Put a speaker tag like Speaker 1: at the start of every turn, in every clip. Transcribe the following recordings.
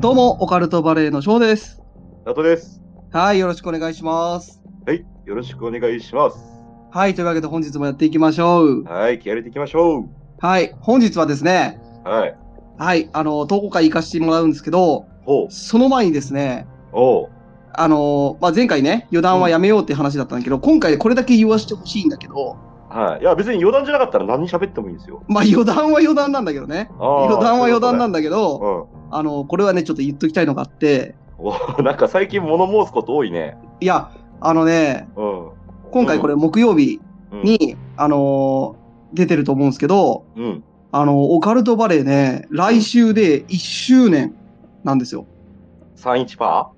Speaker 1: どうも、オカルトバレーの翔です。
Speaker 2: ナトです。
Speaker 1: はい、よろしくお願いします。
Speaker 2: はい、よろしくお願いします。
Speaker 1: はい、というわけで本日もやっていきましょう。
Speaker 2: はい、気合い入れていきましょう。
Speaker 1: はい、本日はですね、
Speaker 2: はい。
Speaker 1: はい、あの、投稿会行かせてもらうんですけど、
Speaker 2: ほう。
Speaker 1: その前にですね、
Speaker 2: おう。
Speaker 1: あの、まあ、前回ね、余談はやめようっていう話だったんだけど、今回これだけ言わせてほしいんだけど、
Speaker 2: はい。いや、別に余談じゃなかったら何喋ってもいいんですよ。
Speaker 1: まあ、余談は余談なんだけどね。
Speaker 2: あー
Speaker 1: 余談は余談なんだけ
Speaker 2: そう
Speaker 1: ど、
Speaker 2: いうこ
Speaker 1: あの、これはね、ちょっと言っときたいのがあって、
Speaker 2: とねうん。なんか最近物申すこと多いね。
Speaker 1: いや、あのね、
Speaker 2: うん。
Speaker 1: 今回これ木曜日に、あの、出てると思うんですけど、
Speaker 2: うん。
Speaker 1: あの、オカルトバレーね、来週で1周年なんですよ。
Speaker 2: 31%? パ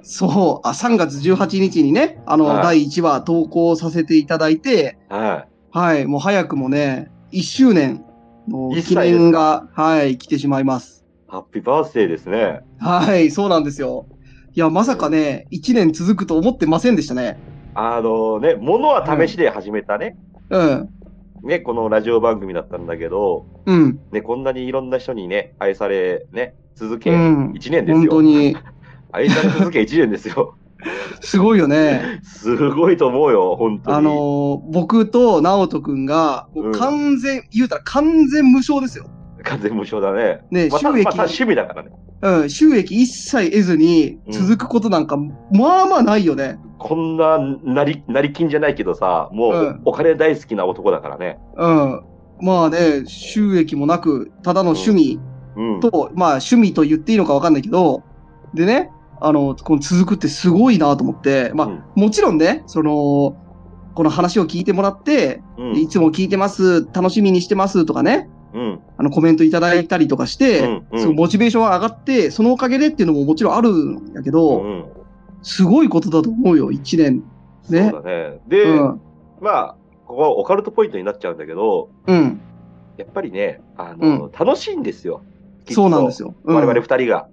Speaker 1: そう、あ、3月18日にね、あの、
Speaker 2: はい
Speaker 1: 第1話投稿させていただいて、
Speaker 2: ーは
Speaker 1: はい、もう早くもね、1周年の
Speaker 2: 一
Speaker 1: 記
Speaker 2: 歳ですか
Speaker 1: 念が、はい、来てしまいます。
Speaker 2: い。ハッピーバースデーですね。
Speaker 1: はい、そうなんですよ。いや、まさかね、1年続くと思ってませんでしたね。
Speaker 2: あのね、物は試しで始めたね。
Speaker 1: うん、
Speaker 2: ね、このラジオ番組だったんだけど、
Speaker 1: うん、
Speaker 2: ね、こんなにいろんな人にね、愛され、ね、続け、
Speaker 1: うん
Speaker 2: 1年です
Speaker 1: 本当
Speaker 2: よ。
Speaker 1: に、
Speaker 2: 愛され続け1年ですよ。
Speaker 1: すごい よね。
Speaker 2: すごいと思うよ、本当に。
Speaker 1: あの僕と直人くんが、もう完全、言うたら完全無償ですよ。
Speaker 2: 完全無償だね。
Speaker 1: ね、
Speaker 2: まあ、
Speaker 1: 収
Speaker 2: たまあ
Speaker 1: 益
Speaker 2: た趣味だからね。
Speaker 1: うん、収益一切得ずに続くことなんか、まあまあないよね。
Speaker 2: こんな、なり、なり金じゃないけどさ、も
Speaker 1: う、
Speaker 2: うんお金大好きな男だからね。
Speaker 1: うん。まあね、収益もなく、ただの趣味
Speaker 2: うん。
Speaker 1: と、まあ趣味と言っていいのかわかんないけど、でね、あの、この続くってすごいなと思って、まあ、
Speaker 2: うん
Speaker 1: もちろんね、その、この話を聞いてもらって、
Speaker 2: うん。
Speaker 1: いつも聞いてます、楽しみにしてますとかね、
Speaker 2: うん。
Speaker 1: あのコメントいただいたりとかして、
Speaker 2: うんうん
Speaker 1: すごいモチベーションが上がって、そのおかげでっていうのももちろんあるんだけ
Speaker 2: う
Speaker 1: ど、
Speaker 2: ん。
Speaker 1: すごいことだと思うよ、一年。ね
Speaker 2: そうだね。で、
Speaker 1: うん。
Speaker 2: まあ、ここはオカルトポイントになっちゃうんだけど、
Speaker 1: うん。
Speaker 2: やっぱりね、あの、楽しいんですよ。
Speaker 1: そうなんです
Speaker 2: よ。
Speaker 1: よ。うん
Speaker 2: 我々二人が。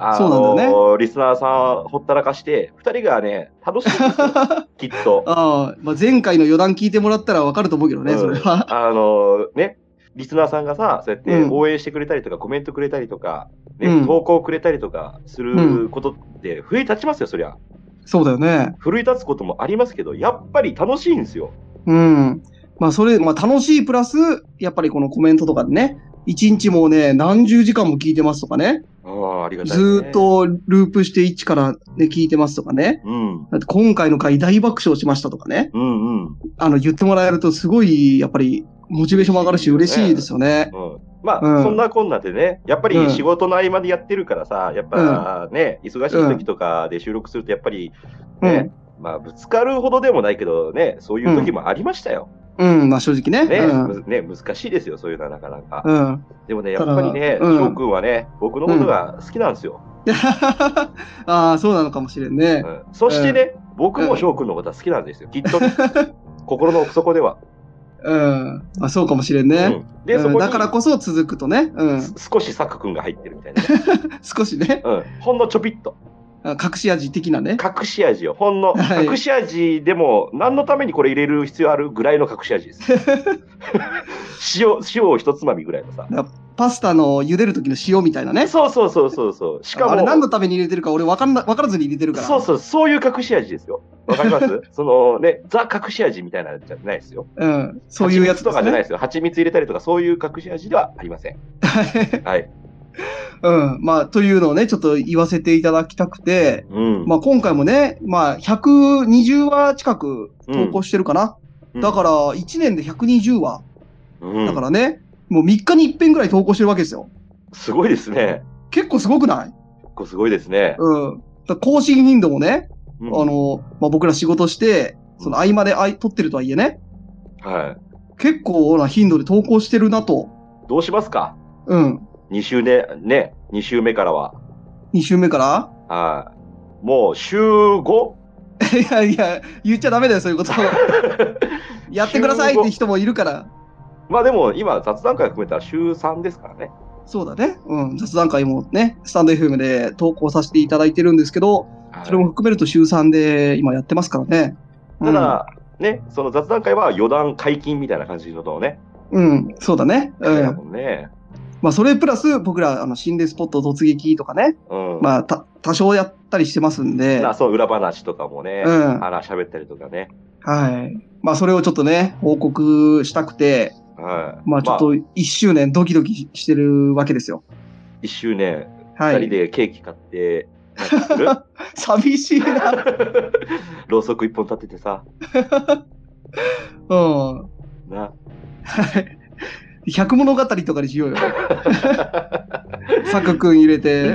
Speaker 2: あ
Speaker 1: そうなんだよ
Speaker 2: の、リスナーさんほったらかして、二人がね、楽しいんですよ、 きっと。
Speaker 1: ああ、まあ、前回の余談聞いてもらったらわかると思うけどね、
Speaker 2: うん
Speaker 1: それは。
Speaker 2: あのね、リスナーさんがさ、そうやって
Speaker 1: うん
Speaker 2: 応援してくれたりとか、コメントくれたりとか、ね
Speaker 1: うん
Speaker 2: 投稿くれたりとかすることって、奮い立ちますよ、そりゃ。
Speaker 1: そうだよね。
Speaker 2: 奮い立つこともありますけど、やっぱり楽しいんですよ。
Speaker 1: うん。まあ、それ、まあ、楽しいプラス、やっぱりこのコメントとかでね、一日もうね、何十時間も聞いてますとかね、
Speaker 2: ああ、ありがたい、
Speaker 1: ずーっ。とループして1からね、聞いてますとかね、
Speaker 2: うん。
Speaker 1: だって今回の回大爆笑しましたとかね、
Speaker 2: うんうん。
Speaker 1: あの、言ってもらえるとすごい、やっぱり、モチベーションも上がるし、嬉しいですよね。
Speaker 2: うんまあ、
Speaker 1: うん
Speaker 2: そんなこんなでね、やっぱ
Speaker 1: うん
Speaker 2: り仕事の合間でやってるからさ、やっぱね、忙しい時とかで収録すると、やっぱりね、まあ、ぶつかるほどでもないけどね、そういう時もありましたよ。
Speaker 1: うん。うん、まあ、正直ね。
Speaker 2: ね、
Speaker 1: うん。
Speaker 2: むね難しいですよ、そういうのはなかなか。
Speaker 1: うん。
Speaker 2: でもね、やっぱりね、
Speaker 1: た
Speaker 2: 翔
Speaker 1: だうん
Speaker 2: くんはね、僕のことが好きなんですよ。
Speaker 1: ああ、そうなのかもしれんね。
Speaker 2: うんそしてね、僕も翔くんのことは好きなんですよ。き っとね、心の奥底では。
Speaker 1: うん。まあ、そうかもしれんね。
Speaker 2: うんで、そ
Speaker 1: うん
Speaker 2: こ
Speaker 1: だから
Speaker 2: に
Speaker 1: こそ続くとね、うん、
Speaker 2: す少しサクくんが入ってるみたいなね。
Speaker 1: 少しね、
Speaker 2: うんほんのちょびっと。
Speaker 1: あ隠し味的なね。
Speaker 2: 隠し味よ。ほんの、
Speaker 1: はい
Speaker 2: 隠し味でも、何のためにこれ入れる必要あるぐらいの隠し味 です。塩、塩を一つまみぐらいのさ。
Speaker 1: パスタの茹でる時の塩みたいなね。
Speaker 2: そうそうそうそうそう。しかも、
Speaker 1: あれ何のために入れてるか俺分かんな分からずに入れてるから。
Speaker 2: そうそう、そういう隠し味ですよ。わかります そのね、ザ隠し味みたいなのじゃないですよ。
Speaker 1: うん、そういうやつ
Speaker 2: 蜂蜜とかじゃない
Speaker 1: い。
Speaker 2: ですよ。蜂蜜入れたりとか、そういう隠し味ではありません。はい。
Speaker 1: うん。まあ、というのをね、ちょっと言わせていただきたくて、
Speaker 2: うん。
Speaker 1: まあ今回もね、まあ120話近く投稿してるかな。
Speaker 2: うん
Speaker 1: だから1年で120話。
Speaker 2: うん
Speaker 1: だからね、もう3日に1遍ぐらい投稿してるわけですよ。
Speaker 2: すごいですね。
Speaker 1: 結構すごくない
Speaker 2: こうすごいですね。
Speaker 1: うん。だから更新頻度もね、
Speaker 2: うん
Speaker 1: あの、まあ、僕ら仕事して、その合間であい撮ってるとはいえね、
Speaker 2: はい。
Speaker 1: 結構な頻度で投稿してるなと。
Speaker 2: どうしますか
Speaker 1: うん。
Speaker 2: ?2 週ね、ね、2週目からは。
Speaker 1: 2週目か
Speaker 2: はい。もう週 5?
Speaker 1: ら いやいや、言っちゃダメだよ、そうい うこと。やってくださいって人もいるから。
Speaker 2: まあでも今雑談会含めたら週3ですからね。
Speaker 1: そうだね。うん。雑談会もね、スタンド FM で投稿させていただいてるんですけど、
Speaker 2: はい
Speaker 1: それも含めると週3で今やってますからね。
Speaker 2: ただ、ね、その雑談会は余談解禁みたいな感じのとね。
Speaker 1: うん、うん、そうだね。う
Speaker 2: だ
Speaker 1: ん。
Speaker 2: もんね。
Speaker 1: まあ、それプラス、僕ら、あの、心霊スポット突撃とかね、
Speaker 2: うん。
Speaker 1: まあ、た、多少やったりしてますんで、
Speaker 2: まあ、
Speaker 1: は
Speaker 2: そう、裏話とかもね、
Speaker 1: うん
Speaker 2: あら、喋ったりとかね。
Speaker 1: い。まあ、それをちょっとね、報告したくて、
Speaker 2: はい。
Speaker 1: まあ、ちょっ
Speaker 2: ま
Speaker 1: と1周年ドキドキししてるわけですよ。
Speaker 2: 一周年、
Speaker 1: は
Speaker 2: 二人
Speaker 1: い。
Speaker 2: で ケーキ買って、なんかする
Speaker 1: 寂しいな。
Speaker 2: ろうそく一本立ててさ、
Speaker 1: うん。
Speaker 2: な。
Speaker 1: 百物語とかに しようよ。サク君入れて。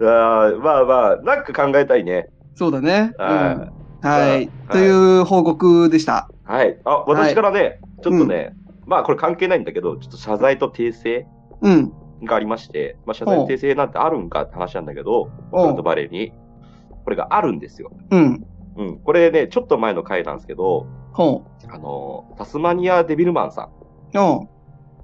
Speaker 2: あーまあまあ、なんか考えたいね。
Speaker 1: そうだね。うん
Speaker 2: は
Speaker 1: は
Speaker 2: はい
Speaker 1: い。という報告でした。
Speaker 2: はい。あ、私からね、ちょっとね、まあこれ関係ないんだけど、ちょっと謝罪と訂正
Speaker 1: うん。
Speaker 2: がありまして、まあ謝罪と訂正なんてあるんかって話なんだけ
Speaker 1: おう
Speaker 2: ど、オクランドバレーに。これがあるんですよ。
Speaker 1: うん。
Speaker 2: うん。これね、ちょっと前の回なんですけど、
Speaker 1: ほ
Speaker 2: あの、タスマニアデビルマンさん
Speaker 1: う。うん。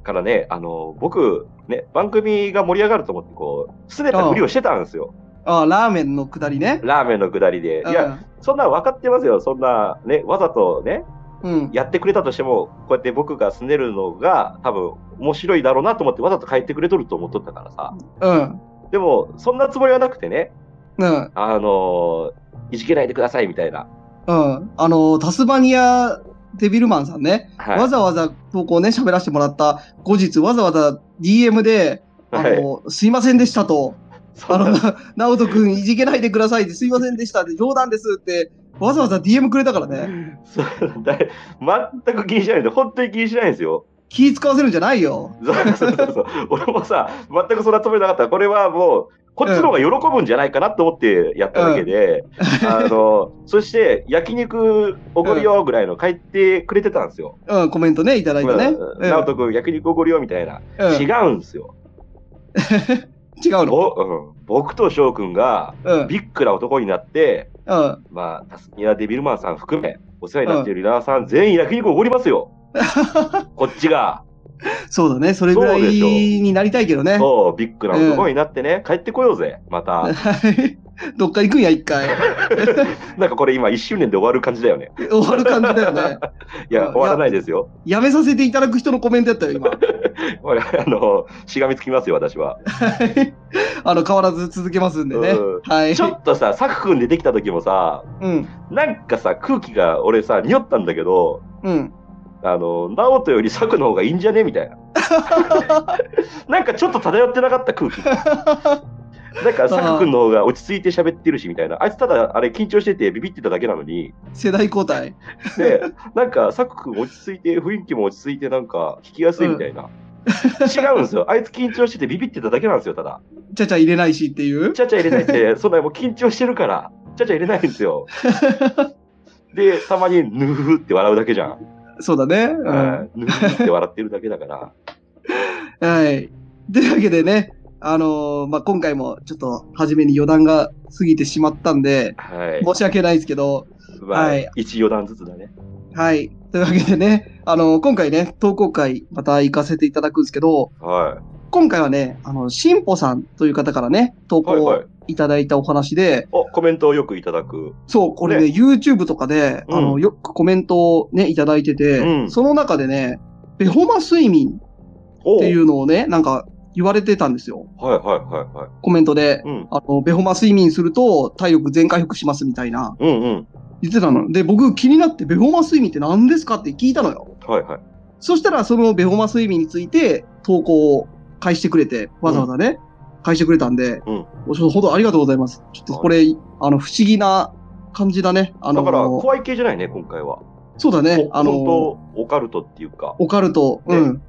Speaker 2: からね、あの、僕、ね、番組が盛り上がると思って、こう、すねたふりをしてたんですよ。
Speaker 1: ああ、ラーメンのくだりね。
Speaker 2: ラーメンのくだりで。いや、そんな分かってますよ。そんな、ね、わざとね、
Speaker 1: うん、うん。
Speaker 2: やってくれたとしても、こうやって僕が住んでるのが、多分、面白いだろうなと思って、わざと変えてくれとると思っとったからさ。
Speaker 1: うん。
Speaker 2: でも、そんなつもりはなくてね、
Speaker 1: うん。
Speaker 2: あのーいじけないでください、みたいな。
Speaker 1: うん。あの、タスマニアデビルマンさんね。
Speaker 2: はい。
Speaker 1: わざわざ投稿ね、喋らせてもらった後日、わざわざ DM で、あ
Speaker 2: はい、
Speaker 1: の、すいませんでしたと、
Speaker 2: そ
Speaker 1: あ
Speaker 2: んな
Speaker 1: の、 な直人くんいじけないでくださいって、すいませんでしたって、冗談ですって、わざわざ DM くれたからね、
Speaker 2: そうだい全く気にしないんで、本当に気にしないんですよ。
Speaker 1: 気使わせるんじゃないよ。
Speaker 2: そうそうそうそう俺もさ、全くそんなつもりなかった。これはもう、こっちの方が喜ぶんじゃないかなと思ってやっただけで、あの、そして、焼肉おごるよぐらいの書いてくれてたんですよ。
Speaker 1: うん、コメントね、いただいてね。
Speaker 2: うん直人君、焼肉おごるよみたいな。
Speaker 1: うんうん
Speaker 2: 違うんですよ。
Speaker 1: 違うの
Speaker 2: ぼうん僕と翔くんが、
Speaker 1: うん。
Speaker 2: ビッグな男になって、
Speaker 1: うん。
Speaker 2: まあ、タスニア・デビルマンさん含め、お世話になっている稲田さん、全員焼肉おごりますよ。 こっちが、
Speaker 1: そうだね、それぐらい
Speaker 2: そうでしょう
Speaker 1: になりたいけどね。
Speaker 2: そう、ビッグな男になってね、帰ってこようぜ、ま た。
Speaker 1: はいどっか行くんや、一回。
Speaker 2: なんかこれ今1周年で終わる感じだよね。
Speaker 1: 終わる感じだよね。
Speaker 2: いや、
Speaker 1: うん
Speaker 2: 終わらないですよ。
Speaker 1: やめさせていただく人のコメントやったよ、今。
Speaker 2: これあの、しがみつきますよ、私は。
Speaker 1: はいあの、変わらず続けますんでね
Speaker 2: うん。
Speaker 1: はい
Speaker 2: ち。ょっと さ、サク君出てきた時もさ、
Speaker 1: うん。
Speaker 2: なんかさ、空気が俺さ、匂ったんだけど、
Speaker 1: うん。
Speaker 2: あの、直人よりサクの方がいいんじゃね みたいな。なんかちょっと漂ってなかった 空気。なんかサク君の方が落ち着いて喋ってるし、みたいな。あいつただ、あれ緊張しててビビってただけなのに、
Speaker 1: 世代交代。
Speaker 2: で、なんか、サク君落ち着いて、雰囲気も落ち着いて、なんか、聞きやすいみたいな。違うんですよ。あいつ緊張しててビビってただけなんですよ、ただ。
Speaker 1: ちゃちゃ入れないしっていう
Speaker 2: ち。ゃちゃ入れない って、そんなもう緊張してるから、ちゃちゃ入れないんですよ。で、たまに、ぬふふって笑うだけじゃん。
Speaker 1: そうだね。うん
Speaker 2: うんぬふふって笑ってるだけだから。
Speaker 1: はい。というわけでね、あのーまあ、今回もちょっと初めに余談が過ぎてしまったんで、
Speaker 2: はい。
Speaker 1: 申し訳ないですけど、
Speaker 2: まあ
Speaker 1: はい、
Speaker 2: 一余談ずつだね。
Speaker 1: はい。というわけでね、あのー今回ね、投稿会また行かせていただくんですけど、
Speaker 2: は
Speaker 1: 今回はね、あの、しんぽさんという方からね、投
Speaker 2: い。はい
Speaker 1: 稿
Speaker 2: はい
Speaker 1: を。いただいたお話で、
Speaker 2: お、コメントをよくいただく。
Speaker 1: そう、これね、YouTube とかで、
Speaker 2: うん
Speaker 1: あの、よくコメントをね、いただいてて、
Speaker 2: うん
Speaker 1: その中でね、ベホマ睡眠っ
Speaker 2: お。
Speaker 1: ていううのをね、なんか言われてたんですよ。
Speaker 2: はいはいはいはい。
Speaker 1: コメントで。
Speaker 2: うん。
Speaker 1: あの、ベホマ睡眠すると体力全回復しますみたいな。
Speaker 2: うんうん。
Speaker 1: 言ってたの。で、僕気になってベホマ睡眠って何ですかって聞いたのよ。
Speaker 2: はいはい。
Speaker 1: そしたらそのベホマ睡眠について投稿を返してくれて、わざわざね、返してくれたんで、
Speaker 2: うん
Speaker 1: おちょっとほどありがとうございます。ちょっとこれ、あの、不思議な感じだね。あの
Speaker 2: だから、怖い系じゃないね、今回は。
Speaker 1: そうだね。あ
Speaker 2: あ
Speaker 1: の
Speaker 2: の、本当オカルトっていうか。
Speaker 1: オカルト。うん。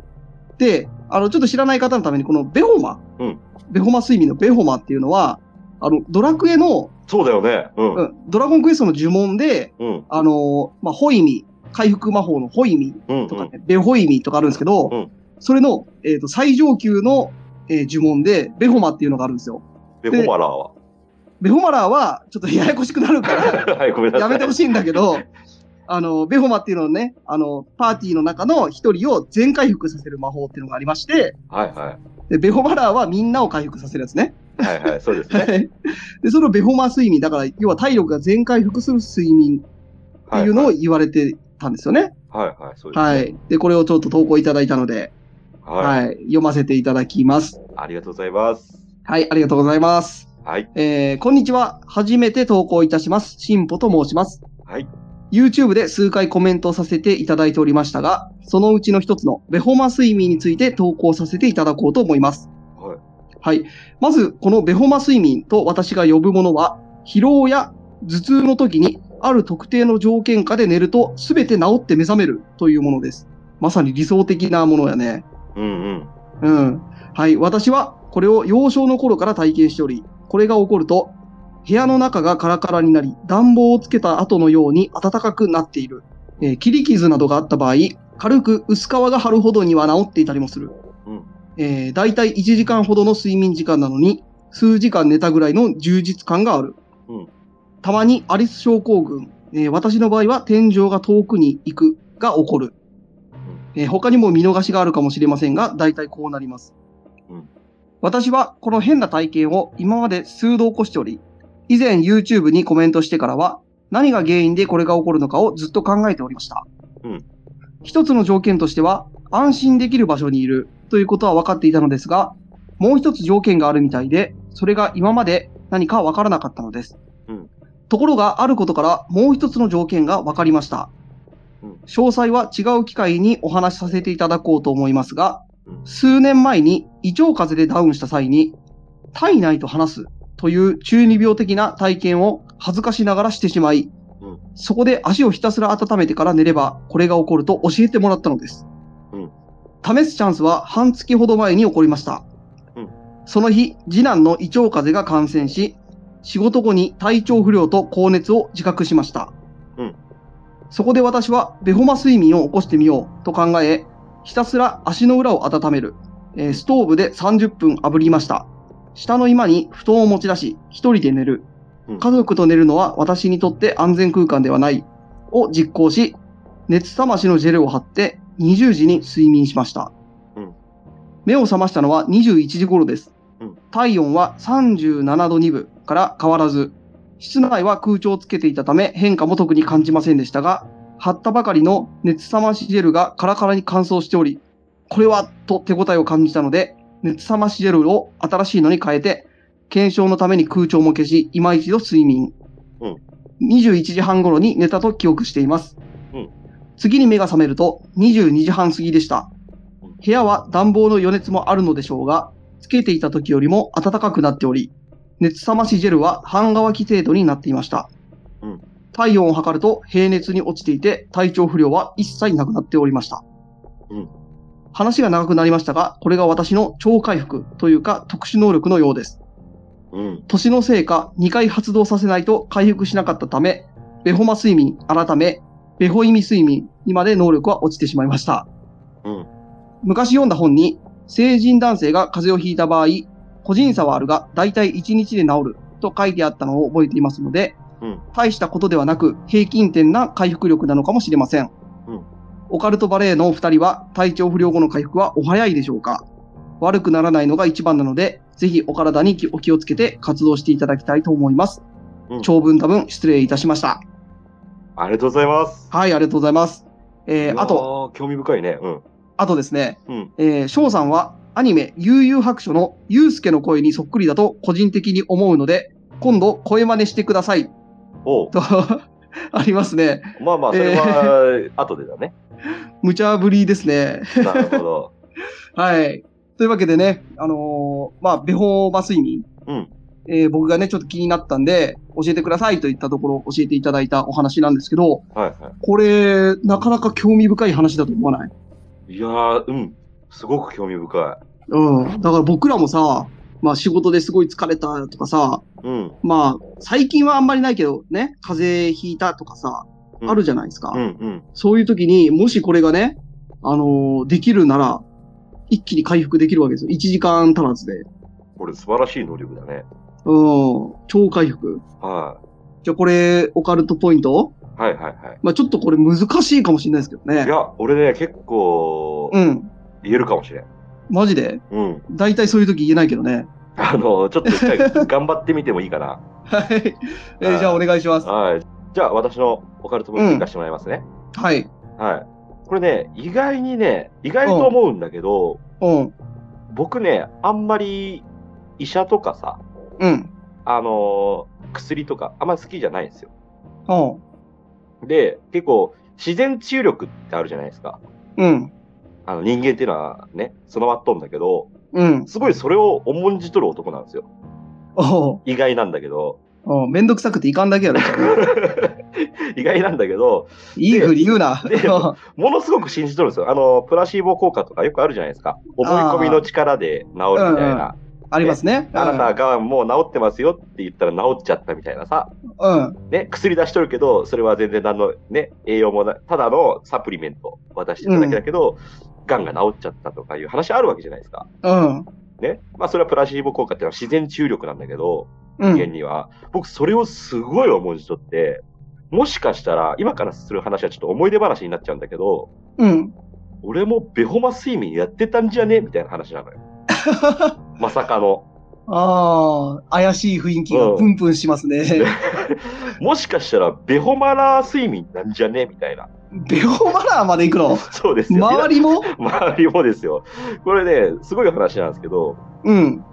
Speaker 1: で、あの、ちょっと知らない方のために、このベホマ。
Speaker 2: うん
Speaker 1: ベホマ睡眠のベホマっていうのは、あの、ドラクエの、
Speaker 2: そうだよね。うん。
Speaker 1: うんドラゴンクエストの呪文で、
Speaker 2: うん。
Speaker 1: あの、まあ、ホイミ、回復魔法のホイミ
Speaker 2: うん。
Speaker 1: とかね、ベホイミとかあるんですけど、
Speaker 2: うん
Speaker 1: それの、えっ、と、最上級の、えー呪文で、ベホマっていうのがあるんですよ。
Speaker 2: で、
Speaker 1: で
Speaker 2: ホマラーは。
Speaker 1: ベホマラーは、ちょっとややこしくなるから、
Speaker 2: はい、ごめんなさ
Speaker 1: や
Speaker 2: い。
Speaker 1: めてほしいんだけど、あの、ベホマっていうのはね、あの、パーティーの中の一人を全回復させる魔法っていうのがありまして、
Speaker 2: はいは
Speaker 1: で、ベホマラーはみんなを回復させるやつね。
Speaker 2: い。はいはい、そうです
Speaker 1: は
Speaker 2: ね。
Speaker 1: い。で、そのベホマ睡眠、だから、要は体力が全回復する睡眠っていうのを
Speaker 2: はい
Speaker 1: 言われてたんですよね。
Speaker 2: はい、はいはいそうですね。
Speaker 1: はい。で、これをちょっと投稿いただいたので、
Speaker 2: は。
Speaker 1: はいい。読ませていただきます。
Speaker 2: ありがとうございます。
Speaker 1: はい、ありがとうございます。
Speaker 2: はい。
Speaker 1: えー、こんにちは。初めて投稿いたします。進歩と申します。
Speaker 2: はい。
Speaker 1: YouTube で数回コメントさせていただいておりましたが、そのうちの一つのベホマ睡眠について投稿させていただこうと思います。
Speaker 2: はい。
Speaker 1: はい。まず、このベホマ睡眠と私が呼ぶものは、疲労や頭痛の時に、ある特定の条件下で寝ると、すべて治って目覚めるというものです。まさに理想的なものやね。
Speaker 2: うんうん。
Speaker 1: うん。はい。私はこれを幼少の頃から体験しており、これが起こると、部屋の中がカラカラになり、暖房をつけた後のように暖かくなっている。えー切り傷などがあった場合、軽く薄皮が張るほどには治っていたりもする。
Speaker 2: うん
Speaker 1: えー、だいたい1時間ほどの睡眠時間なのに、数時間寝たぐらいの充実感がある。
Speaker 2: うん
Speaker 1: たまにアリス症候群、えー私の場合は天井が遠くに行くが起こる。えー他にも見逃しがあるかもしれませんが、大体こうなります。
Speaker 2: うん
Speaker 1: 私はこの変な体験を今まで数度起こしており、以前 YouTube にコメントしてからは、何が原因でこれが起こるのかをずっと考えておりました。
Speaker 2: うん
Speaker 1: 一つの条件としては、安心できる場所にいるということは分かっていたのですが、もう一つ条件があるみたいで、それが今まで何か分からなかったのです。
Speaker 2: うん
Speaker 1: ところがあることからもう一つの条件が分かりました。詳細は違う機会にお話しさせていただこうと思いますが
Speaker 2: うん、
Speaker 1: 数年前に胃腸風邪でダウンした際に、体内と話すという中二病的な体験を恥ずかしながらしてしまい
Speaker 2: うん、
Speaker 1: そこで足をひたすら温めてから寝ればこれが起こると教えてもらったのです
Speaker 2: うん。
Speaker 1: 試すチャンスは半月ほど前に起こりました
Speaker 2: うん。
Speaker 1: その日、次男の胃腸風邪が感染し、仕事後に体調不良と高熱を自覚しました。そこで私はベホマ睡眠を起こしてみようと考え、ひたすら足の裏を温める。えーストーブで30分炙りました。下の居間に布団を持ち出し、一人で寝る
Speaker 2: うん。
Speaker 1: 家族と寝るのは私にとって安全空間ではない。を実行し、熱冷ましのジェルを貼って20時に睡眠しました。
Speaker 2: うん
Speaker 1: 目を覚ましたのは21時頃です。
Speaker 2: うん
Speaker 1: 体温は37度2分から変わらず、室内は空調をつけていたため変化も特に感じませんでしたが、貼ったばかりの熱冷ましジェルがカラカラに乾燥しており、これはと手応えを感じたので、熱冷ましジェルを新しいのに変えて、検証のために空調も消し、今一度睡眠。
Speaker 2: うん
Speaker 1: 21時半頃に寝たと記憶しています。
Speaker 2: うん
Speaker 1: 次に目が覚めると22時半過ぎでした
Speaker 2: うん。
Speaker 1: 部屋は暖房の余熱もあるのでしょうが、つけていた時よりも暖かくなっており、熱冷ましジェルは半乾き程度になっていました。
Speaker 2: うん
Speaker 1: 体温を測ると平熱に落ちていて体調不良は一切なくなっておりました。
Speaker 2: うん
Speaker 1: 話が長くなりましたが、これが私の超回復というか特殊能力のようです。
Speaker 2: うん。
Speaker 1: 年のせいか2回発動させないと回復しなかったため、ベホマ睡眠、改め、ベホ意味睡眠にまで能力は落ちてしまいました。
Speaker 2: うん
Speaker 1: 昔読んだ本に、成人男性が風邪をひいた場合、個人差はあるが、だいたい1日で治ると書いてあったのを覚えていますので、
Speaker 2: うん
Speaker 1: 大したことではなく、平均点な回復力なのかもしれません。
Speaker 2: うん
Speaker 1: オカルトバレーのお二人は、体調不良後の回復はお早いでしょうか悪くならないのが一番なので、ぜひお体にお気をつけて活動していただきたいと思います。
Speaker 2: うん
Speaker 1: 長文多分失礼いたしました。
Speaker 2: ありがとうございます。
Speaker 1: はい、ありがとうございます。え
Speaker 2: い
Speaker 1: ー、
Speaker 2: やー
Speaker 1: あと、、
Speaker 2: 興味深いね。うん。
Speaker 1: あとですね、
Speaker 2: うん。
Speaker 1: えー、翔さんはアニメ、悠々白書のゆうすけの声にそっくりだと個人的に思うので、今度声真似してください。
Speaker 2: おう。
Speaker 1: と、 ありますね。
Speaker 2: まあまあ、それは、 後でだね。
Speaker 1: 無茶ぶりですね。
Speaker 2: なるほど。
Speaker 1: はい。というわけでね、あのーまあ、ベホーマ睡眠。
Speaker 2: うん
Speaker 1: えー僕がね、ちょっと気になったんで、教えてくださいと言ったところ、教えていただいたお話なんですけど、
Speaker 2: はいは
Speaker 1: これ、なかなか興味深い話だと思わない
Speaker 2: い。いやー、うん。すごく興味深
Speaker 1: うん。だから僕らもさ、まあ仕事ですごい疲れたとかさ、
Speaker 2: い。うん。
Speaker 1: まあ、最近はあんまりないけどね、風邪ひいたとかさ、
Speaker 2: うん
Speaker 1: あるじゃないですか。
Speaker 2: うんうん。
Speaker 1: そういう時に、もしこれがね、あのーできるなら、一気に回復できるわけですよ。1時間足らずで。
Speaker 2: これ素晴らしい能力だね。
Speaker 1: うん。超回復。
Speaker 2: は
Speaker 1: じゃあこれ、オカルトポイント
Speaker 2: い。はいはいはい。
Speaker 1: まあちょっとこれ難しいかもしれないですけど
Speaker 2: い
Speaker 1: ね。
Speaker 2: や、俺ね、結構、
Speaker 1: うん。
Speaker 2: 言えるかもしれん。
Speaker 1: マジで
Speaker 2: うん。
Speaker 1: 大体そういう時言えないけどね。
Speaker 2: あの、ちょっと一回頑張ってみてもいいかな。
Speaker 1: はい。え
Speaker 2: は
Speaker 1: ー
Speaker 2: い
Speaker 1: じゃあお願いします。
Speaker 2: はい。じゃあ、私のオカルトポイントいかしてもらいますね。
Speaker 1: はい。
Speaker 2: はい。これね、意外にね、意外と思うんだけど、
Speaker 1: うん。
Speaker 2: 僕ね、あんまり医者とかさ、
Speaker 1: うん。
Speaker 2: あのー薬とか、あんま好きじゃないんですよ。
Speaker 1: おう
Speaker 2: で、結構、自然治癒力ってあるじゃないですか。
Speaker 1: うん。
Speaker 2: あの、人間っていうのはね、備わっとんだけど、
Speaker 1: うん。
Speaker 2: すごいそれを重んじとる男なんですよ。
Speaker 1: おう
Speaker 2: 意外なんだけど、
Speaker 1: おうめんどくさくていかんだけやろ。
Speaker 2: 意外なんだけど、
Speaker 1: いいふり言うな。
Speaker 2: でものすごく信じとるんですよ。あの、プラシーボ効果とかよくあるじゃないですか。思い込みの力で治るみたいな。
Speaker 1: ありますね。
Speaker 2: あなたがもう治ってますよって言ったら治っちゃったみたいなさ。
Speaker 1: うん。うん。
Speaker 2: ね、薬出しとるけど、それは全然何のね、栄養もない、ただのサプリメント渡してただけだけど、癌が治っちゃったとかいう話あるわけじゃないですか。
Speaker 1: うん。
Speaker 2: ね。まあそれはプラシーボ効果っていうのは自然治癒力なんだけど、
Speaker 1: う
Speaker 2: 人間
Speaker 1: ん。
Speaker 2: には。僕それをすごい思いじとって、もしかしたら、今からする話はちょっと思い出話になっちゃうんだけど、
Speaker 1: うん。
Speaker 2: 俺もベホマ睡眠やってたんじゃねみたいな 話なのよ。まさかの。
Speaker 1: ああ、怪しい雰囲気がプンプンしますね。
Speaker 2: もしかしたら、ベホマラー睡眠なんじゃねみたいな。
Speaker 1: ベホマラーまで行くの
Speaker 2: そうですよ。
Speaker 1: 周りも
Speaker 2: 周りもですよ。これね、すごい話なんですけど、
Speaker 1: うん。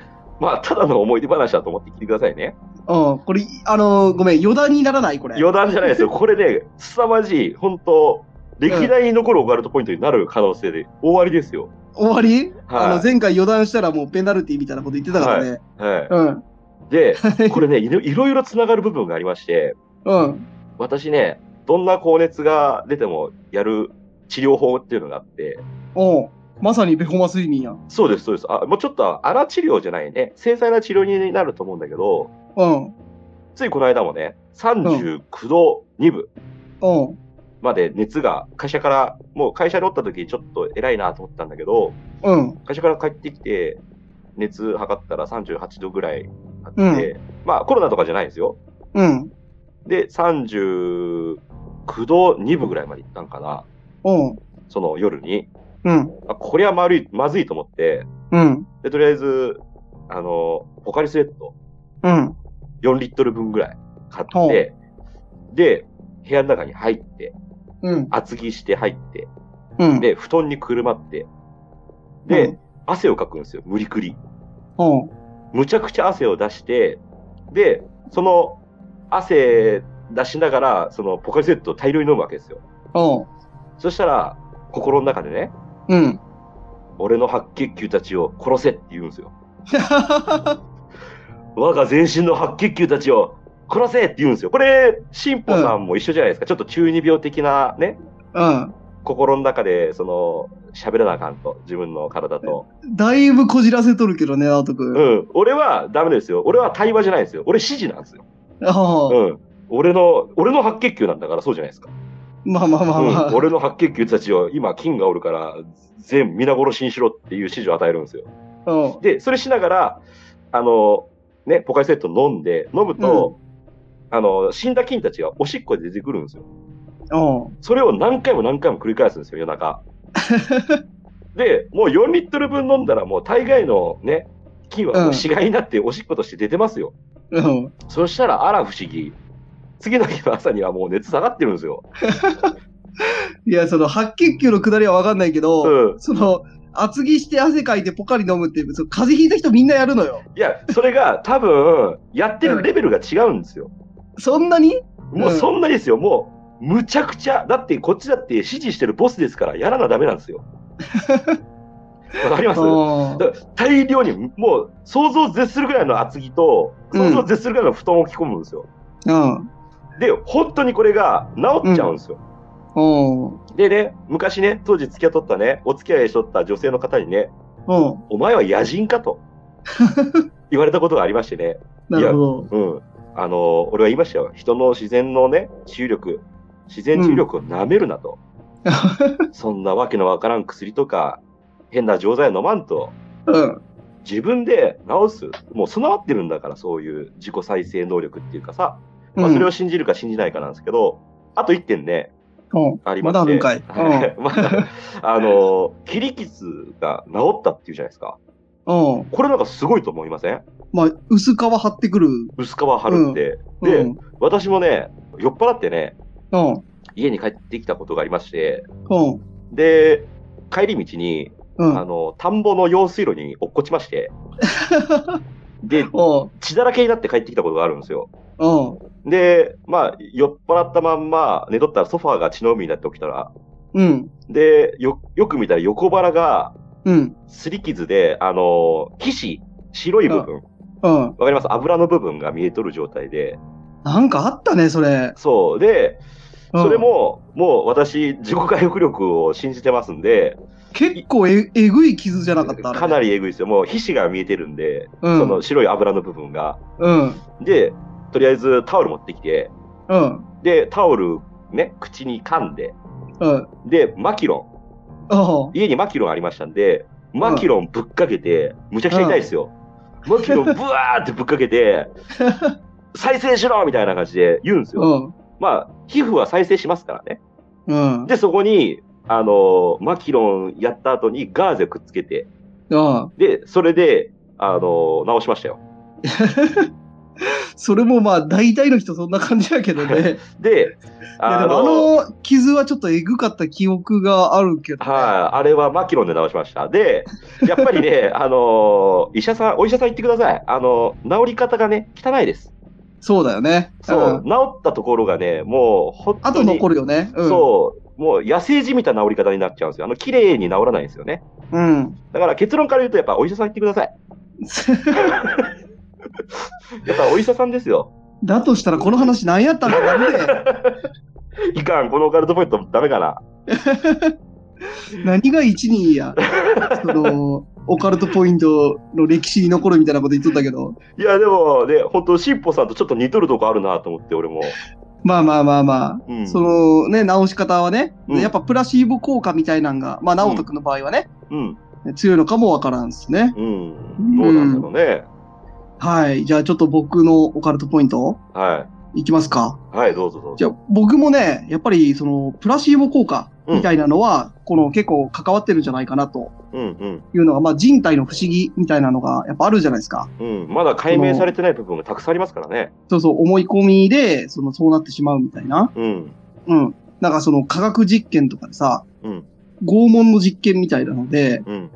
Speaker 2: まあ、ただの思い出話だと思って聞いてくださいね。
Speaker 1: うん。これ、あのー、ごめん、余談にならないこれ。
Speaker 2: 余談じゃないですよ。これね、凄まじい、本当歴代に残るオカルトポイントになる可能性で、終わりですよ。
Speaker 1: 終わりあの
Speaker 2: は
Speaker 1: 前回余談したらもうペナルティみたいなこと言ってたからね。
Speaker 2: い。は
Speaker 1: うん。
Speaker 2: い、で、これね、いろいろいろつながる部分がありまして、
Speaker 1: うん。
Speaker 2: 私ね、どんな高熱が出てもやる治療法っていうのがあって、
Speaker 1: おうまさにベホマ睡眠やん。
Speaker 2: そうです、そうです。あ、もうちょっと、荒治療じゃないね。繊細な治療になると思うんだけど、
Speaker 1: うん。
Speaker 2: ついこの間もね、39度2分
Speaker 1: うん。
Speaker 2: まで熱が会社から、もう会社におった時ちょっと偉いなと思ったんだけど、
Speaker 1: うん。
Speaker 2: 会社から帰ってきて、熱測ったら38度ぐらいあって、
Speaker 1: う
Speaker 2: まあコロナとかじゃないですよ。
Speaker 1: うん。
Speaker 2: で、39度2分ぐらいまで行ったんかな。
Speaker 1: うん。
Speaker 2: その夜に。
Speaker 1: うん。
Speaker 2: あ、これはまるい、まずいと思って、
Speaker 1: うん。
Speaker 2: で、とりあえず、あの、ポカリスエット
Speaker 1: うん。
Speaker 2: 4リットル分ぐらい買って、で、部屋の中に入って、
Speaker 1: うん。
Speaker 2: 厚着して入って、
Speaker 1: うん。
Speaker 2: で、布団にくるまって、で、汗をかくんですよ、無理くり。
Speaker 1: うん、
Speaker 2: むちゃくちゃ汗を出して、で、その汗出しながら、そのポカリスエットを大量に飲むわけですよ。
Speaker 1: うん。
Speaker 2: そしたら、心の中でね、
Speaker 1: うん。
Speaker 2: 俺の白血球たちを殺せって言うんですよ。我が全身の白血球たちを殺せって言うんですよ。これ、進歩さんも一緒じゃないですか。ちょっと中二病的なね、
Speaker 1: うん。
Speaker 2: 心の中で、その、喋らなあかんと、自分の体と。
Speaker 1: だいぶこじらせとるけどね、直人君。
Speaker 2: う
Speaker 1: うん。
Speaker 2: ん。俺はダメですよ。俺は対話じゃないですよ。俺指示なんですよ。
Speaker 1: あ
Speaker 2: うん。俺の、俺の白血球なんだからそうじゃないですか。
Speaker 1: まあまあまあまあ。
Speaker 2: うん、俺の白血球たちを今、金がおるから、全皆殺しにしろっていう指示を与えるんですよ。
Speaker 1: うん。
Speaker 2: で、それしながら、あの、ね、ポカリセット飲んで、飲むと、あの、死んだ菌たちがおしっこで出てくるんですよ。
Speaker 1: うん。
Speaker 2: それを何回も何回も繰り返すんですよ、夜 中。で、もう4リットル分飲んだら、もう大概のね、菌はもう死骸になっておしっことして出てますよ。
Speaker 1: うん。
Speaker 2: そしたら、あら不思議。次の日の朝にはもう熱下がってるんですよ。
Speaker 1: いや、その、白血球のくだりはわかんないけど、
Speaker 2: うん。
Speaker 1: その、厚着して汗かいてポカリ飲むって、その風邪ひいた人みんなやるのよ。
Speaker 2: いや、それが多分、やってるレベルが違うんですよ。
Speaker 1: そんなに
Speaker 2: もうそんなにですよ。もう、むちゃくちゃ。だって、こっちだって指示してるボスですから、やらなダメなんで すよ。わかります
Speaker 1: うん
Speaker 2: だから大量に、もう、想像を絶するぐらいの厚着と、
Speaker 1: うん
Speaker 2: 想像を絶するぐらいの布団を着込むんですよ。
Speaker 1: うん。
Speaker 2: で、本当にこれが治っちゃうんですよ。
Speaker 1: うん。
Speaker 2: でね、昔ね、当時付き合っとったね、お付き合いしとった女性の方にね、
Speaker 1: うん。
Speaker 2: お前は野人か と言われたことがありましてね、
Speaker 1: なるほど。
Speaker 2: うん。あの、俺は言いましたよ。人の自然のね、治癒力、自然治癒力を舐める なと。そんなわけのわからん薬とか、変な錠剤飲まんと。
Speaker 1: うん。
Speaker 2: 自分で治す。もう備わってるんだから、そういう自己再生能力っていうかさ。まあ、それを信じるか信じないかなんですけど、あと一点ね、
Speaker 1: うん。
Speaker 2: ありま
Speaker 1: ま
Speaker 2: して
Speaker 1: だあるんかい。
Speaker 2: はい まだあの、切り傷が治ったっていうじゃないですか。
Speaker 1: うん。うん。
Speaker 2: これなんかすごいと思いません
Speaker 1: まあ、薄皮張ってくる。
Speaker 2: 薄皮貼るって。
Speaker 1: うん。
Speaker 2: で、
Speaker 1: うん。
Speaker 2: 私もね、酔っ払ってね、
Speaker 1: うん。
Speaker 2: 家に帰ってきたことがありまして、
Speaker 1: うん。
Speaker 2: で、帰り道に、
Speaker 1: うん。
Speaker 2: あの、田んぼの用水路に落っこち まして、で、
Speaker 1: おう
Speaker 2: 血だらけになって帰ってきたことがあるんですよ。
Speaker 1: おう
Speaker 2: で、まあ、酔っ払ったまんま寝とったらソファーが血の海になって起きたら、
Speaker 1: うん。
Speaker 2: で、よ、よく見たら横腹が
Speaker 1: うん。
Speaker 2: すり傷で、あの、皮脂、白い部分、
Speaker 1: うん。
Speaker 2: わかります油の部分が見えとる状態で、
Speaker 1: なんかあったね、それ。
Speaker 2: そう。で、
Speaker 1: うん
Speaker 2: それ。も、もう私、自己回復力を信じてますんで、
Speaker 1: 結構ええぐい傷じゃなかった。
Speaker 2: かな
Speaker 1: り。
Speaker 2: りえぐいですよ。もう皮脂が見えてるんで、
Speaker 1: うん。
Speaker 2: その白い油の部分が。
Speaker 1: うん。
Speaker 2: で、とりあえずタオル持ってきて、
Speaker 1: うん。
Speaker 2: で、タオルね、口に噛んで、
Speaker 1: うん。
Speaker 2: で、マキロ
Speaker 1: おう
Speaker 2: ン、家にマキロンありましたんで、マキロンぶっかけて、むちゃくちゃ痛いですよ。マキロンぶわーってぶっかけ て、再生しろみたいな感じで言うんですよ。
Speaker 1: うん。
Speaker 2: まあ、皮膚は再生しますからね。
Speaker 1: うん。
Speaker 2: で、そこに、あのーマキロンやった後にガーゼくっつけて、
Speaker 1: うん。
Speaker 2: で、それで、あのー直しましたよ。
Speaker 1: それもまあ、大体の人そんな感じやけ どね。
Speaker 2: で、
Speaker 1: いや
Speaker 2: あ
Speaker 1: で
Speaker 2: の
Speaker 1: もあの傷はちょっとえぐかった記憶があるけど、
Speaker 2: はい、あれはマキロンで直しました。で、やっぱり ね、あのー医者さん、お医者さん行ってください。あのー治り方がね、汚いです。
Speaker 1: そうだよね。
Speaker 2: そう、
Speaker 1: ん
Speaker 2: 治ったところがね、もう、ほん
Speaker 1: あと残るよね。うん、
Speaker 2: そう、もう野生児みたいな治り方になっちゃうんですよ。あの、綺麗に治らないんですよね。
Speaker 1: う。うん。
Speaker 2: だから結論から言うと、やっぱお医者さん行ってくだ さい。やっぱお医者さんですよ。
Speaker 1: だとしたらこの話何やったんかなん で
Speaker 2: いかん、このオカルトポイントダメかな。
Speaker 1: 何が一人や。その、オカルトポイントの歴史に残るみたいなこと言っとったけど。
Speaker 2: いや、でもね、本当しっぽさんとちょっと似とるとこあるなと思って、俺も。
Speaker 1: まあまあまあまあ。
Speaker 2: うん。
Speaker 1: そのね、治し方はね、
Speaker 2: うん
Speaker 1: やっぱプラシーボ効果みたいなんが、まあ、直人君の場合はね、
Speaker 2: うん。
Speaker 1: 強いのかもわからんですね。
Speaker 2: うん。どうなんだろうね。
Speaker 1: はい。じゃあちょっと僕のオカルトポイント、
Speaker 2: はい
Speaker 1: きますか。
Speaker 2: い。はい、どうぞどうぞ。
Speaker 1: じゃあ、僕もね、やっぱり、その、プラシーボ効果みたいなのは、この結構関わってるんじゃないかなと
Speaker 2: うんうん。
Speaker 1: いうのが、まあ人体の不思議みたいなのがやっぱあるじゃないですか。
Speaker 2: うん、まだ解明されてない部分がたくさんありますからね。
Speaker 1: そうそう、思い込みで、その、そうなってしまうみたいな。
Speaker 2: うん。
Speaker 1: うん。なんかその科学実験とかでさ、
Speaker 2: うん。
Speaker 1: 拷問の実験みたいなので、
Speaker 2: うん。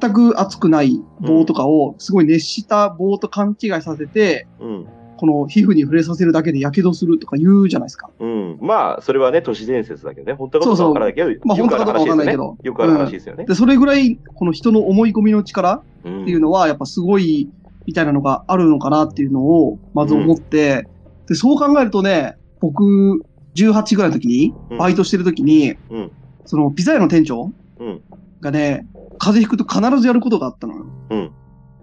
Speaker 1: 全く熱くない棒とかを、すごい熱した棒と勘違いさせて、
Speaker 2: うん。
Speaker 1: この皮膚に触れさせるだけで火傷するとか言うじゃないですか。
Speaker 2: うん。まあ、それはね、都市伝説だけどね。本当かどうかわからないけど、
Speaker 1: まあ
Speaker 2: よく
Speaker 1: 本当か
Speaker 2: る話ですよ
Speaker 1: どうかわかん
Speaker 2: ね
Speaker 1: ないけど
Speaker 2: よくある話ですよね。
Speaker 1: で、それぐらい、この人の思い込みの力
Speaker 2: うん
Speaker 1: っていうのは、やっぱすごい、みたいなのがあるのかなっていうのを、まず思って、で、そう考えるとね、僕、18ぐらいの時に
Speaker 2: う、ん
Speaker 1: バイトしてる時に、
Speaker 2: うん
Speaker 1: その、ピザ屋の店長
Speaker 2: うん
Speaker 1: がね、風邪ひくと必ずやることがあったのよ。
Speaker 2: うん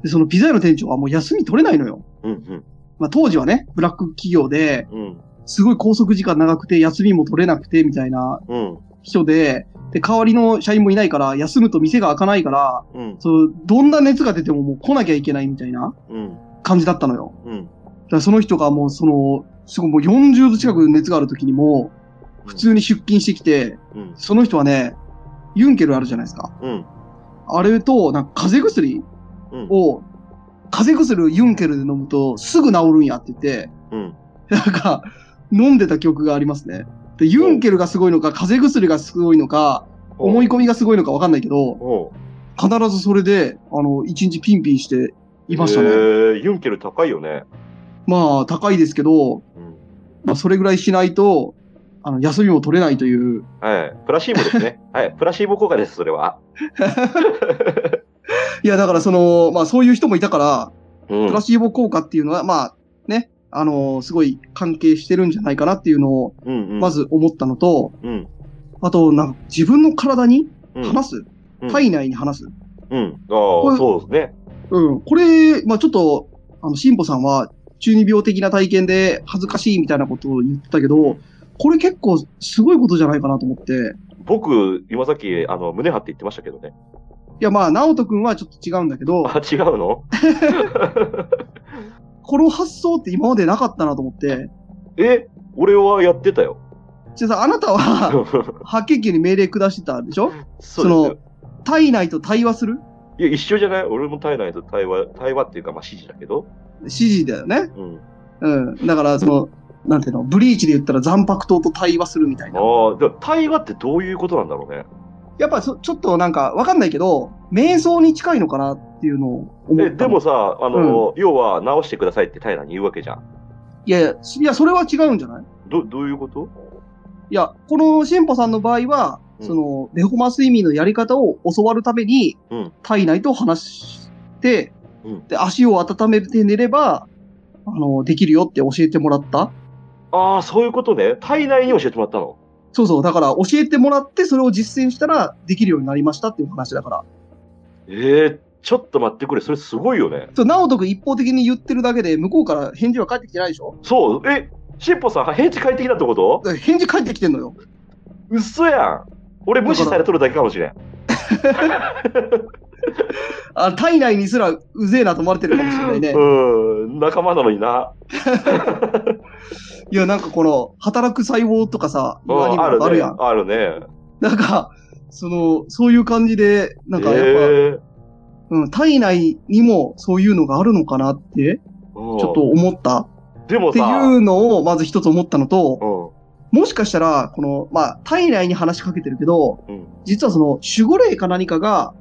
Speaker 1: で、そのピザ屋の店長はもう休み取れないのよ。
Speaker 2: うん。
Speaker 1: まあ、当時はね、ブラック企業で、
Speaker 2: うん。
Speaker 1: すごい拘束時間長くて、休みも取れなくて、みたいな
Speaker 2: うん。
Speaker 1: 人で、で、代わりの社員もいないから、休むと店が開かないから、
Speaker 2: うん。
Speaker 1: そう、どんな熱が出てももう来なきゃいけないみたいな
Speaker 2: うん。
Speaker 1: 感じだったのよ。
Speaker 2: う
Speaker 1: だ
Speaker 2: ん。
Speaker 1: からその人がもうその、すごいもう40度近く熱がある時にも、普通に出勤してきて、
Speaker 2: うん。
Speaker 1: その人はね、ユンケルあるじゃないですか。
Speaker 2: うん。
Speaker 1: あれと、なんか風邪薬
Speaker 2: うん。
Speaker 1: を、風邪薬ユンケルで飲むとすぐ治るんやって言って、
Speaker 2: うん。
Speaker 1: なんか、飲んでた記憶がありますね。で、ユンケルがすごいのか、風邪薬がすごいのか、思い込みがすごいのかわかんないけど、
Speaker 2: おう
Speaker 1: 必ずそれで、あの、一日ピンピンしていましたね。
Speaker 2: えーユンケル高いよね。
Speaker 1: まあ、高いですけど、
Speaker 2: うん。
Speaker 1: まあ、それぐらいしないと、あの、休みも取れないという。
Speaker 2: はい。プラシーボですね。はい。プラシーボ効果です、それは。
Speaker 1: いや、だからその、まあそういう人もいたから、
Speaker 2: う
Speaker 1: プ
Speaker 2: ん
Speaker 1: ラ。シーボ効果っていうのは、まあね、あのすごい関係してるんじゃないかなっていうのを、
Speaker 2: うんうん。
Speaker 1: ま。ず思ったのと、
Speaker 2: うん。
Speaker 1: あと、なんか自分の体に
Speaker 2: うん。
Speaker 1: 話す、
Speaker 2: うん
Speaker 1: 体内に話す。
Speaker 2: うん。ああ、そうですね。
Speaker 1: うん、これ、まあちょっと、あの、しんぽさんは中二病的な体験で恥ずかしいみたいなことを言ってたけど、これ結構すごいことじゃないかなと思って、
Speaker 2: 僕、今さっき、あの、胸張って言ってましたけどね。
Speaker 1: いやまあ、直人くんはちょっと違うんだけど、
Speaker 2: あ、違うの
Speaker 1: この発想って今までなかったなと思って、
Speaker 2: え俺はやってたよ。
Speaker 1: じゃあさ、あなた は白血球に命令下してたでしょ
Speaker 2: そうですよ。
Speaker 1: 体内と対話する
Speaker 2: いや、一緒じゃない俺も体内と対話、対話っていうか、まあ、指示だけど。
Speaker 1: 指示だよね。
Speaker 2: うん。
Speaker 1: うん。だから、その、なんていうの、ブリーチで言ったら残白糖と対話するみたいな。
Speaker 2: ああ、でも対話ってどういうことなんだろうね。
Speaker 1: やっぱそちょっとなんかわかんないけど、瞑想に近いのかなっていうのを思
Speaker 2: え
Speaker 1: った。
Speaker 2: でも、さ、あの、要は直してくださいって平に言うわけじゃん。
Speaker 1: いやいや、いや、それは違うんじゃない
Speaker 2: どどういうこと
Speaker 1: いや、このシェンパさんの場合は、
Speaker 2: うん
Speaker 1: その、レホマ睡眠のやり方を教わるために、
Speaker 2: うん
Speaker 1: 体内と話して、
Speaker 2: うん
Speaker 1: で、足を温めて寝れば、あの、できるよって教えてもらった。
Speaker 2: ああ、そういうことね。体内に教えてもらったの。
Speaker 1: そうそう、だから教えてもらって、それを実践したらできるようになりましたっていう話だから。
Speaker 2: ええちょっと待ってくれ。それすごいよね。
Speaker 1: そう、直人君一方的に言ってるだけで、向こうから返事は返ってきてないでしょ
Speaker 2: そう。え、しっぽさん、返事返ってきたってこと
Speaker 1: だから返事返ってきてんのよ。
Speaker 2: 嘘やん。俺無視されとるだけかもしれん。
Speaker 1: あ体内にすらうぜえなと思われてるかもしれないね。
Speaker 2: うん、仲間なのにな。
Speaker 1: いや、なんかこの、働く細胞とかさ、いううアニ
Speaker 2: ん、
Speaker 1: メ
Speaker 2: あ
Speaker 1: と
Speaker 2: る
Speaker 1: かある
Speaker 2: ね
Speaker 1: やん。。
Speaker 2: あるね。
Speaker 1: なんか、その、そういう感じで、なんかやっぱ、
Speaker 2: えー
Speaker 1: うん、体内にもそういうのがあるのかなって、
Speaker 2: うん
Speaker 1: ちょっと思ったっ
Speaker 2: でも
Speaker 1: てい
Speaker 2: さ、
Speaker 1: うのを、まず一つ思ったのと、
Speaker 2: うん、
Speaker 1: もしかしたら、この、まあ、体内に話しかけてるけど、
Speaker 2: うん
Speaker 1: 実はその、守護霊か何かが、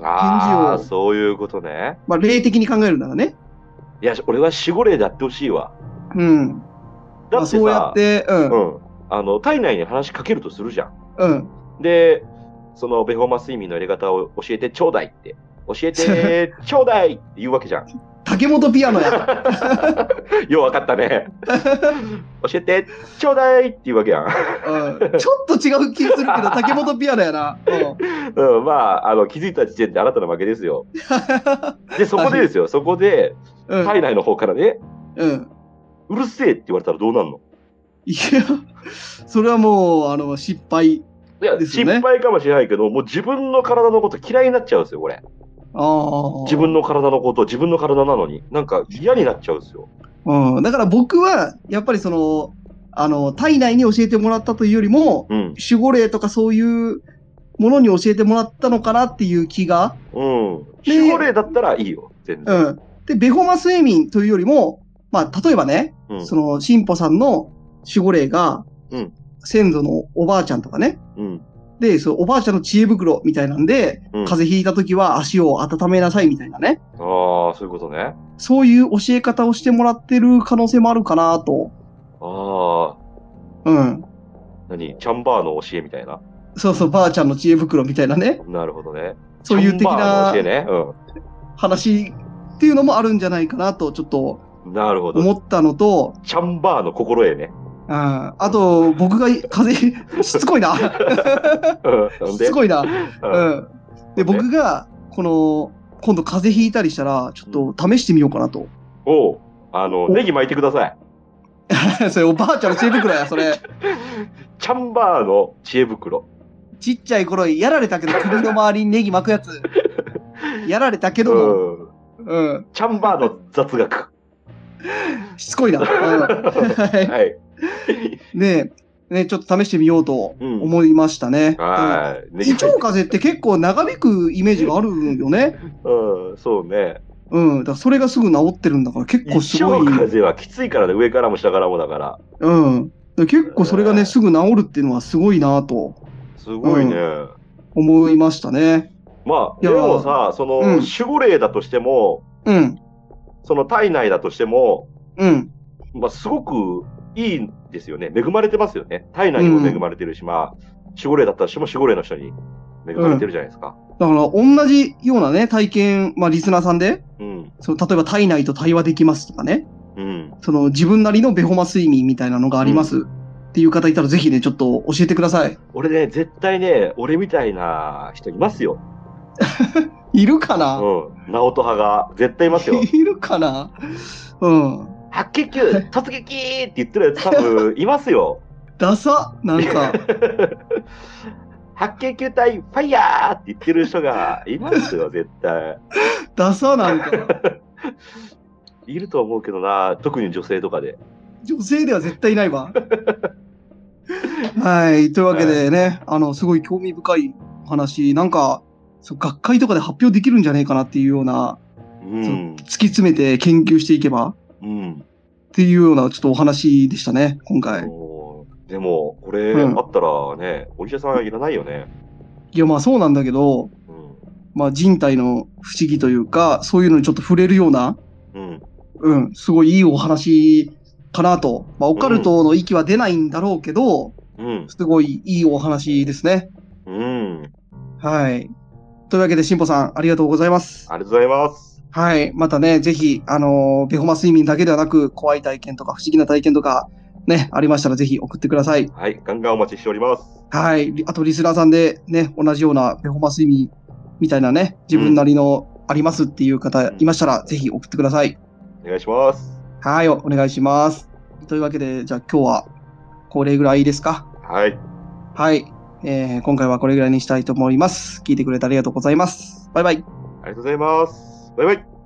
Speaker 2: あ
Speaker 1: 返
Speaker 2: あ、
Speaker 1: 事を
Speaker 2: そういうことね。
Speaker 1: まあ、霊的に考えるならね、
Speaker 2: いや、俺は守護霊でやってほしいわ。
Speaker 1: うん。まあ、
Speaker 2: だってさ、
Speaker 1: そうやって、うん、
Speaker 2: うん、あの体内に話しかけるとするじゃん。
Speaker 1: うん、
Speaker 2: で、そのベホマ睡眠のやり方を教えてちょうだいって、教 えてちょうだいって言うわけじゃん。
Speaker 1: 竹本ピアノや。
Speaker 2: ようわかったね。 教えてちょうだいって言うわけやん。
Speaker 1: うん、ちょっと違う気するけど、竹本ピアノやな。うん
Speaker 2: うん、まああの、気づいた時点であなたの負けです よ。で、そこでですよ、そこで
Speaker 1: うん、
Speaker 2: 体内の方からね、
Speaker 1: うん。
Speaker 2: うるせえって言われたらどうなんの
Speaker 1: いや、それはもう、あの、失敗。
Speaker 2: いや、
Speaker 1: です
Speaker 2: 失
Speaker 1: よね
Speaker 2: 敗かもしれないけど、もう自分の体のこと嫌いになっちゃうんですよ、これ。
Speaker 1: ああ。
Speaker 2: 自分の体のこと、自分の体なのに、なんか嫌になっちゃうんですよ。
Speaker 1: うん、だから僕は、やっぱりその、あの、体内に教えてもらったというよりも、
Speaker 2: うん。
Speaker 1: 守護霊とかそういうものに教えてもらったのかなっていう気が、
Speaker 2: うん。守護霊だったらいいよ、全
Speaker 1: う
Speaker 2: 然。
Speaker 1: ん。で、ベホマ睡眠というよりも、まあ、例えばね、
Speaker 2: うん。
Speaker 1: その、神保さんの守護霊が、
Speaker 2: うん
Speaker 1: 先祖のおばあちゃんとかね、
Speaker 2: うん。
Speaker 1: で、そう、おばあちゃんの知恵袋みたいなんで、
Speaker 2: うん、あ
Speaker 1: 風邪ひいた時は足を温めなさいみたいなね、
Speaker 2: あー、そういうことね。
Speaker 1: そういう教え方をしてもらってる可能性もあるかなと、
Speaker 2: あ
Speaker 1: うん。
Speaker 2: あ、何チャンバーの教えみたいな。
Speaker 1: そうそう、ばあちゃんの知恵袋みたいなね、
Speaker 2: なるほどね。
Speaker 1: そういう的
Speaker 2: チャンバ
Speaker 1: な
Speaker 2: ーの教えね。
Speaker 1: 話っていうのもあるんじゃないかなと、ちょっと
Speaker 2: うん。なるほど。
Speaker 1: 思ったのと、
Speaker 2: チャンバーの心得ね。
Speaker 1: うん、あと、僕が 風邪、しつこいな。
Speaker 2: うん。な
Speaker 1: し
Speaker 2: んで
Speaker 1: つこいな。
Speaker 2: うん
Speaker 1: うん。で、僕が、この、今度風邪ひいたりしたら、ちょっと試してみようかなと。
Speaker 2: おうあの、ネギ巻いてください。
Speaker 1: それ、おばあちゃんの知恵袋や、そ れ。
Speaker 2: チャンバーの知恵袋。
Speaker 1: ちっちゃい頃、やられたけど、首の周りにネギ巻くやつ。やられたけども、
Speaker 2: うん。
Speaker 1: うん。
Speaker 2: チャンバーの雑学。
Speaker 1: しつ こいな。うんは
Speaker 2: はい。
Speaker 1: い。で、ね、ちょっと試してみようと
Speaker 2: うん
Speaker 1: 思いましたね。
Speaker 2: はい。ネギ
Speaker 1: 胃
Speaker 2: 巻いて
Speaker 1: 腸風邪って結構長引くイメージがあるよね。
Speaker 2: うん、そうね。
Speaker 1: うん。だからそれがすぐ治ってるんだから結構す
Speaker 2: 一
Speaker 1: ご
Speaker 2: 応
Speaker 1: い。
Speaker 2: 風はきついからね、上からも下からもだから。
Speaker 1: うん。だから結構それが
Speaker 2: え
Speaker 1: ね、
Speaker 2: ー
Speaker 1: すぐ治るっていうのはすごいなと
Speaker 2: すごいね。
Speaker 1: 思いましたね。
Speaker 2: まあ、
Speaker 1: い
Speaker 2: で
Speaker 1: やー
Speaker 2: もさ、そ
Speaker 1: う
Speaker 2: の、
Speaker 1: ん
Speaker 2: 守護霊だとしても、
Speaker 1: うん。
Speaker 2: その体内だとしても、
Speaker 1: うん。
Speaker 2: まあ、すごくいいんですよね。恵まれてますよね。体内にも恵まれてるし、まあ、守護霊だったとしても守護霊の人に恵まれてるじゃないですか。
Speaker 1: だから同じようなね、体験、まあリスナーさんで、
Speaker 2: うん。
Speaker 1: その例えば体内と対話できますとかね、
Speaker 2: うん。
Speaker 1: その自分なりのベホマ睡眠みたいなのがありますっていう方いたらぜひね、ちょっと教えてください。
Speaker 2: 俺ね、絶対ね、俺みたいな人いますよ。
Speaker 1: いるか
Speaker 2: う
Speaker 1: な、。
Speaker 2: ん。ナオト派が。絶対います よ
Speaker 1: いるかなうん。
Speaker 2: 白血球、突撃って言ってるやつ多分いますよ。
Speaker 1: ダサなん か。
Speaker 2: 白血球体ファイヤーって言ってる人がいますよ、絶対。
Speaker 1: ダサなんか。
Speaker 2: いると思うけどな、特に女性とかで。
Speaker 1: 女性では絶対いないわ。はい。というわけでね、あの、すごい興味深いお話、なんか、そう学会とかで発表できるんじゃないかなっていうような、
Speaker 2: うん。
Speaker 1: 突き詰めて研究していけば
Speaker 2: うん。
Speaker 1: っていうようなちょっとお話でしたね、今回。
Speaker 2: おーでも、これ
Speaker 1: うん
Speaker 2: あったらね、お医者さんいらないよね。
Speaker 1: いや、まあそうなんだけど、まあ人体の不思議というか、そういうのにちょっと触れるような、
Speaker 2: うん。うん。
Speaker 1: うん、すごいいいお話かなと。まあオカルトの域は出ないんだろうけど、
Speaker 2: うん。
Speaker 1: すごいいいお話ですね。
Speaker 2: うん。あり
Speaker 1: はい。というわけで、しんぽさん、ありがとうございます。
Speaker 2: がとうございます。
Speaker 1: はい。またね、ぜひ、あのー、ペホマ睡眠だけではなく、怖い体験とか不思議な体験とか、ね、ありましたらぜひ送ってください。
Speaker 2: はい。ガンガンお待ちしております。
Speaker 1: はい。リあと、リスナーさんでね、同じようなペホマ睡眠みたいなね、自分なりのありますっていう方いましたら、ぜひ送ってください。
Speaker 2: お願いします。
Speaker 1: はい。おお願いします。というわけで、じゃあ今日は、これぐらいですか
Speaker 2: はい。
Speaker 1: はい。えー、今回はこれぐらいにしたいと思います。聞いてくれてありがとうございます。バイバイ。
Speaker 2: ありがとうございます。バイバイ。